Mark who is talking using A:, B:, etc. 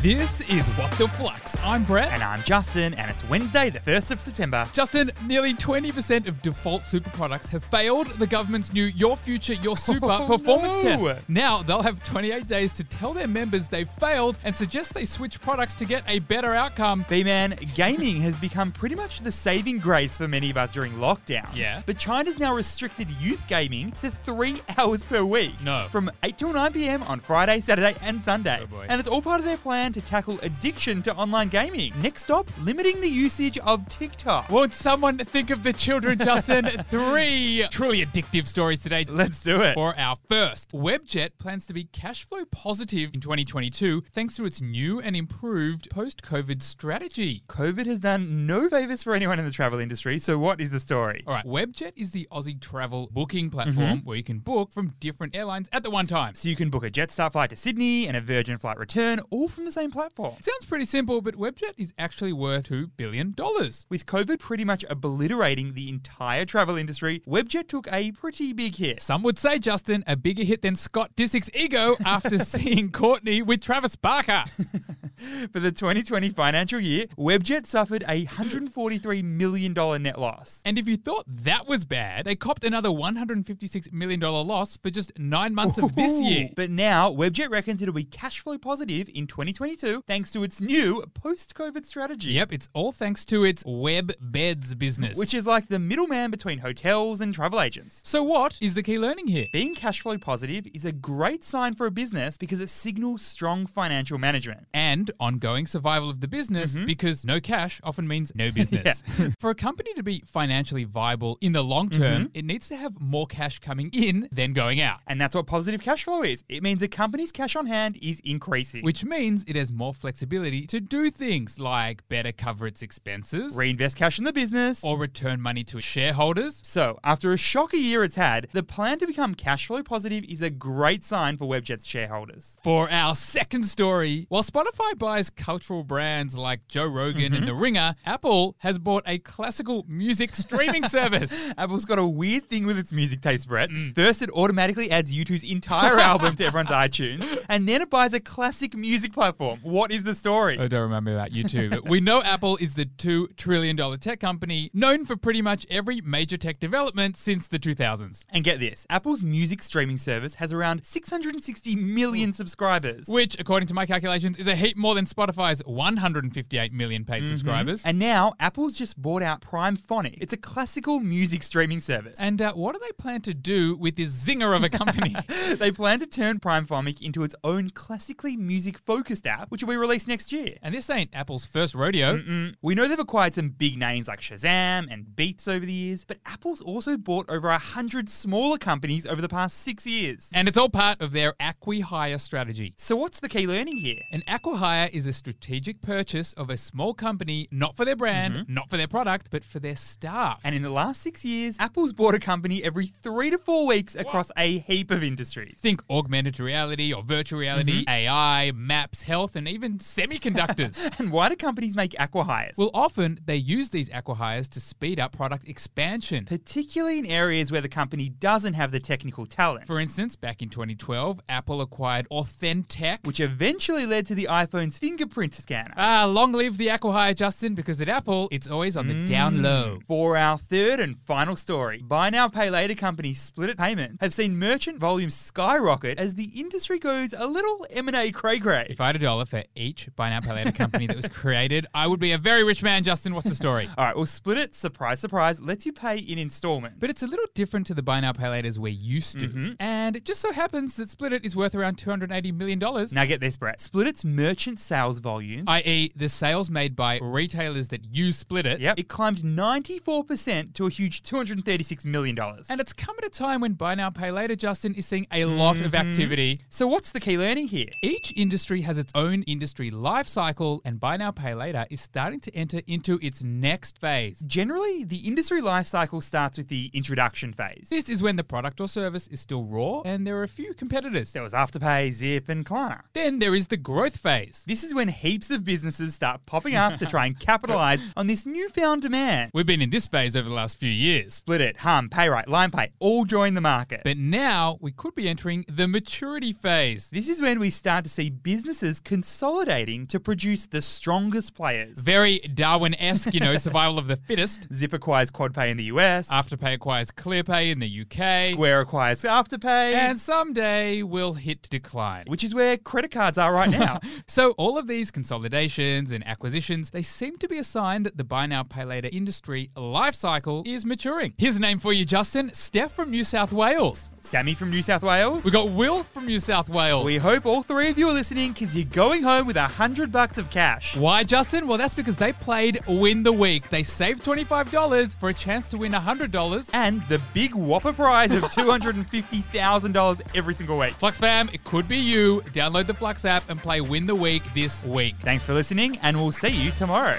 A: This is What the Flux. I'm Brett.
B: And I'm Justin, and it's Wednesday, the 1st of September.
A: Justin, nearly 20% of default super products have failed the government's new Your Future, Your Super
B: Oh,
A: performance
B: no.
A: test. Now they'll have 28 days to tell their members they've failed and suggest they switch products to get a better outcome.
B: B Man, gaming has become pretty much the saving grace for many of us during lockdown.
A: Yeah.
B: But China's now restricted youth gaming to three hours per week.
A: No.
B: From 8 till 9 p.m. on Friday, Saturday, and Sunday.
A: Oh, boy.
B: And it's all part of their plan to tackle addiction to online gaming. Next up, limiting the usage of TikTok.
A: Won't someone think of the children, Justin? Three truly addictive stories today.
B: Let's do it.
A: For our first, Webjet plans to be cash flow positive in 2022 thanks to its new and improved post COVID strategy.
B: COVID has done no favors for anyone in the travel industry, so what is the story?
A: All right, Webjet is the Aussie travel booking
B: Mm-hmm.
A: platform where you can book from different airlines at the one time.
B: So you can book a Jetstar flight to Sydney and a Virgin flight return, all from the same platform.
A: It sounds pretty simple, but Webjet is actually worth $2 billion.
B: With COVID pretty much obliterating the entire travel industry, Webjet took a pretty big hit.
A: Some would say, Justin, a bigger hit than Scott Disick's ego after seeing Courtney with Travis Barker.
B: For the 2020 financial year, Webjet suffered a $143 million net loss.
A: And if you thought that was bad, they copped another $156 million loss for just nine months of this year.
B: Ooh. But now, Webjet reckons it'll be cash flow positive in 2022 thanks to its new post COVID strategy.
A: Yep, it's all thanks to its web beds business.
B: Which is like the middleman between hotels and travel agents.
A: so, what is the key learning here?
B: Being cash flow positive is a great sign for a business because it signals strong financial management.
A: and ongoing survival of the business because no cash often means no business. For a company to be financially viable in the long term, it needs to have more cash coming in than going out,
B: And that's what positive cash flow is. It means a company's cash on hand is increasing,
A: which means it has more flexibility to do things like better cover its expenses
B: reinvest cash in the business.
A: or return money to shareholders.
B: so, after a shocker year it's had, the plan to become cash flow positive is a great sign for Webjet's shareholders.
A: For our second story, while Spotify buys cultural brands like Joe Rogan and The Ringer, Apple has bought a classical music streaming service.
B: Apple's got a weird thing with its music taste, Brett.
A: Mm.
B: First, it automatically adds U2's entire album to everyone's iTunes, and then it buys a classic music platform. What is the story?
A: I don't remember about YouTube. But we know Apple is the $2 trillion tech company known for pretty much every major tech development since the 2000s,
B: And get this Apple's music streaming service has around 660 million subscribers.
A: which, according to my calculations, is a heap more than Spotify's 158 million paid subscribers.
B: And now Apple's just bought out Prime Phonic. It's a classical music streaming service.
A: And uh, what do they plan to do with this zinger of a company?
B: they plan to turn Prime Phonic into its own classically music focused app, which will be released next year.
A: and this ain't Apple's first rodeo.
B: Mm, We know they've acquired some big names like Shazam and Beats over the years, but Apple's also bought over a hundred smaller companies over the past six years.
A: And it's all part of their acqui-hire strategy.
B: So what's the key learning here?
A: An acqui-hire is a strategic purchase of a small company, not for their brand, not for their product, but for their staff.
B: And in the last six years, Apple's bought a company every three to four weeks across a heap of industries.
A: Think augmented reality or virtual reality, AI, maps, health, and even semiconductors.
B: And why do companies make acquihires?
A: well, often they use these acquihires to speed up product expansion.
B: particularly in areas where the company doesn't have the technical talent.
A: For instance, back in 2012, Apple acquired Authentech.
B: which eventually led to the iPhone's fingerprint scanner.
A: ah, long live the acquihire, Justin, because at Apple, it's always on the down low.
B: For our third and final story, buy now pay later companies Split It Payment have seen merchant volumes skyrocket as the industry goes a little M&A cray cray.
A: If I had a dollar for each buy now pay later company that was created, I would be a very rich man, Justin. What's the story?
B: All right, well Split It, surprise surprise, lets you pay in installments.
A: But it's a little different to the buy now pay laters we're used to. And it just so happens that Split It is worth around $280 million.
B: now get this, Brett. Split It's merchant sales volumes.
A: i.e., E, the sales made by retailers that you split it.
B: Yep. It climbed 94% to a huge $236 million.
A: And it's come at a time when buy now, pay later, Justin, is seeing a lot of activity.
B: so what's the key learning here?
A: Each industry has its own industry life cycle, and buy now, pay later is starting to enter into its next phase.
B: Generally, the industry life cycle starts with the introduction phase.
A: This is when the product or service is still raw and there are a few competitors.
B: There was Afterpay, Zip, and Klarna.
A: Then there is the growth phase. business.
B: This is when heaps of businesses start popping up to try and capitalize on this newfound demand.
A: We've been in this phase over the last few years.
B: Split it, Hum, Payrite, LimePay all join the market.
A: But now we could be entering the maturity phase.
B: this is when we start to see businesses consolidating to produce the strongest players.
A: Very Darwin esque, you know, survival of the fittest.
B: Zip acquires QuadPay in the US,
A: Afterpay acquires ClearPay in the UK.
B: Square acquires Afterpay,
A: And someday we'll hit decline.
B: which is where credit cards are right now.
A: So all of these consolidations and acquisitions, they seem to be a sign that the buy now pay later industry life cycle is maturing. Here's a name for you, Justin. Steph from New South Wales.
B: Sammy from New South Wales.
A: We got Will from New South Wales.
B: We hope all three of you are listening because you're going home with a hundred bucks of cash.
A: Why, Justin? Well, that's because they played Win the Week. They saved $25 for a chance to win $100.
B: And the big whopper prize of $250,000 every single week.
A: Flux fam, it could be you. Download the Flux app and play Win the Week this week.
B: Thanks for listening, and we'll see you tomorrow.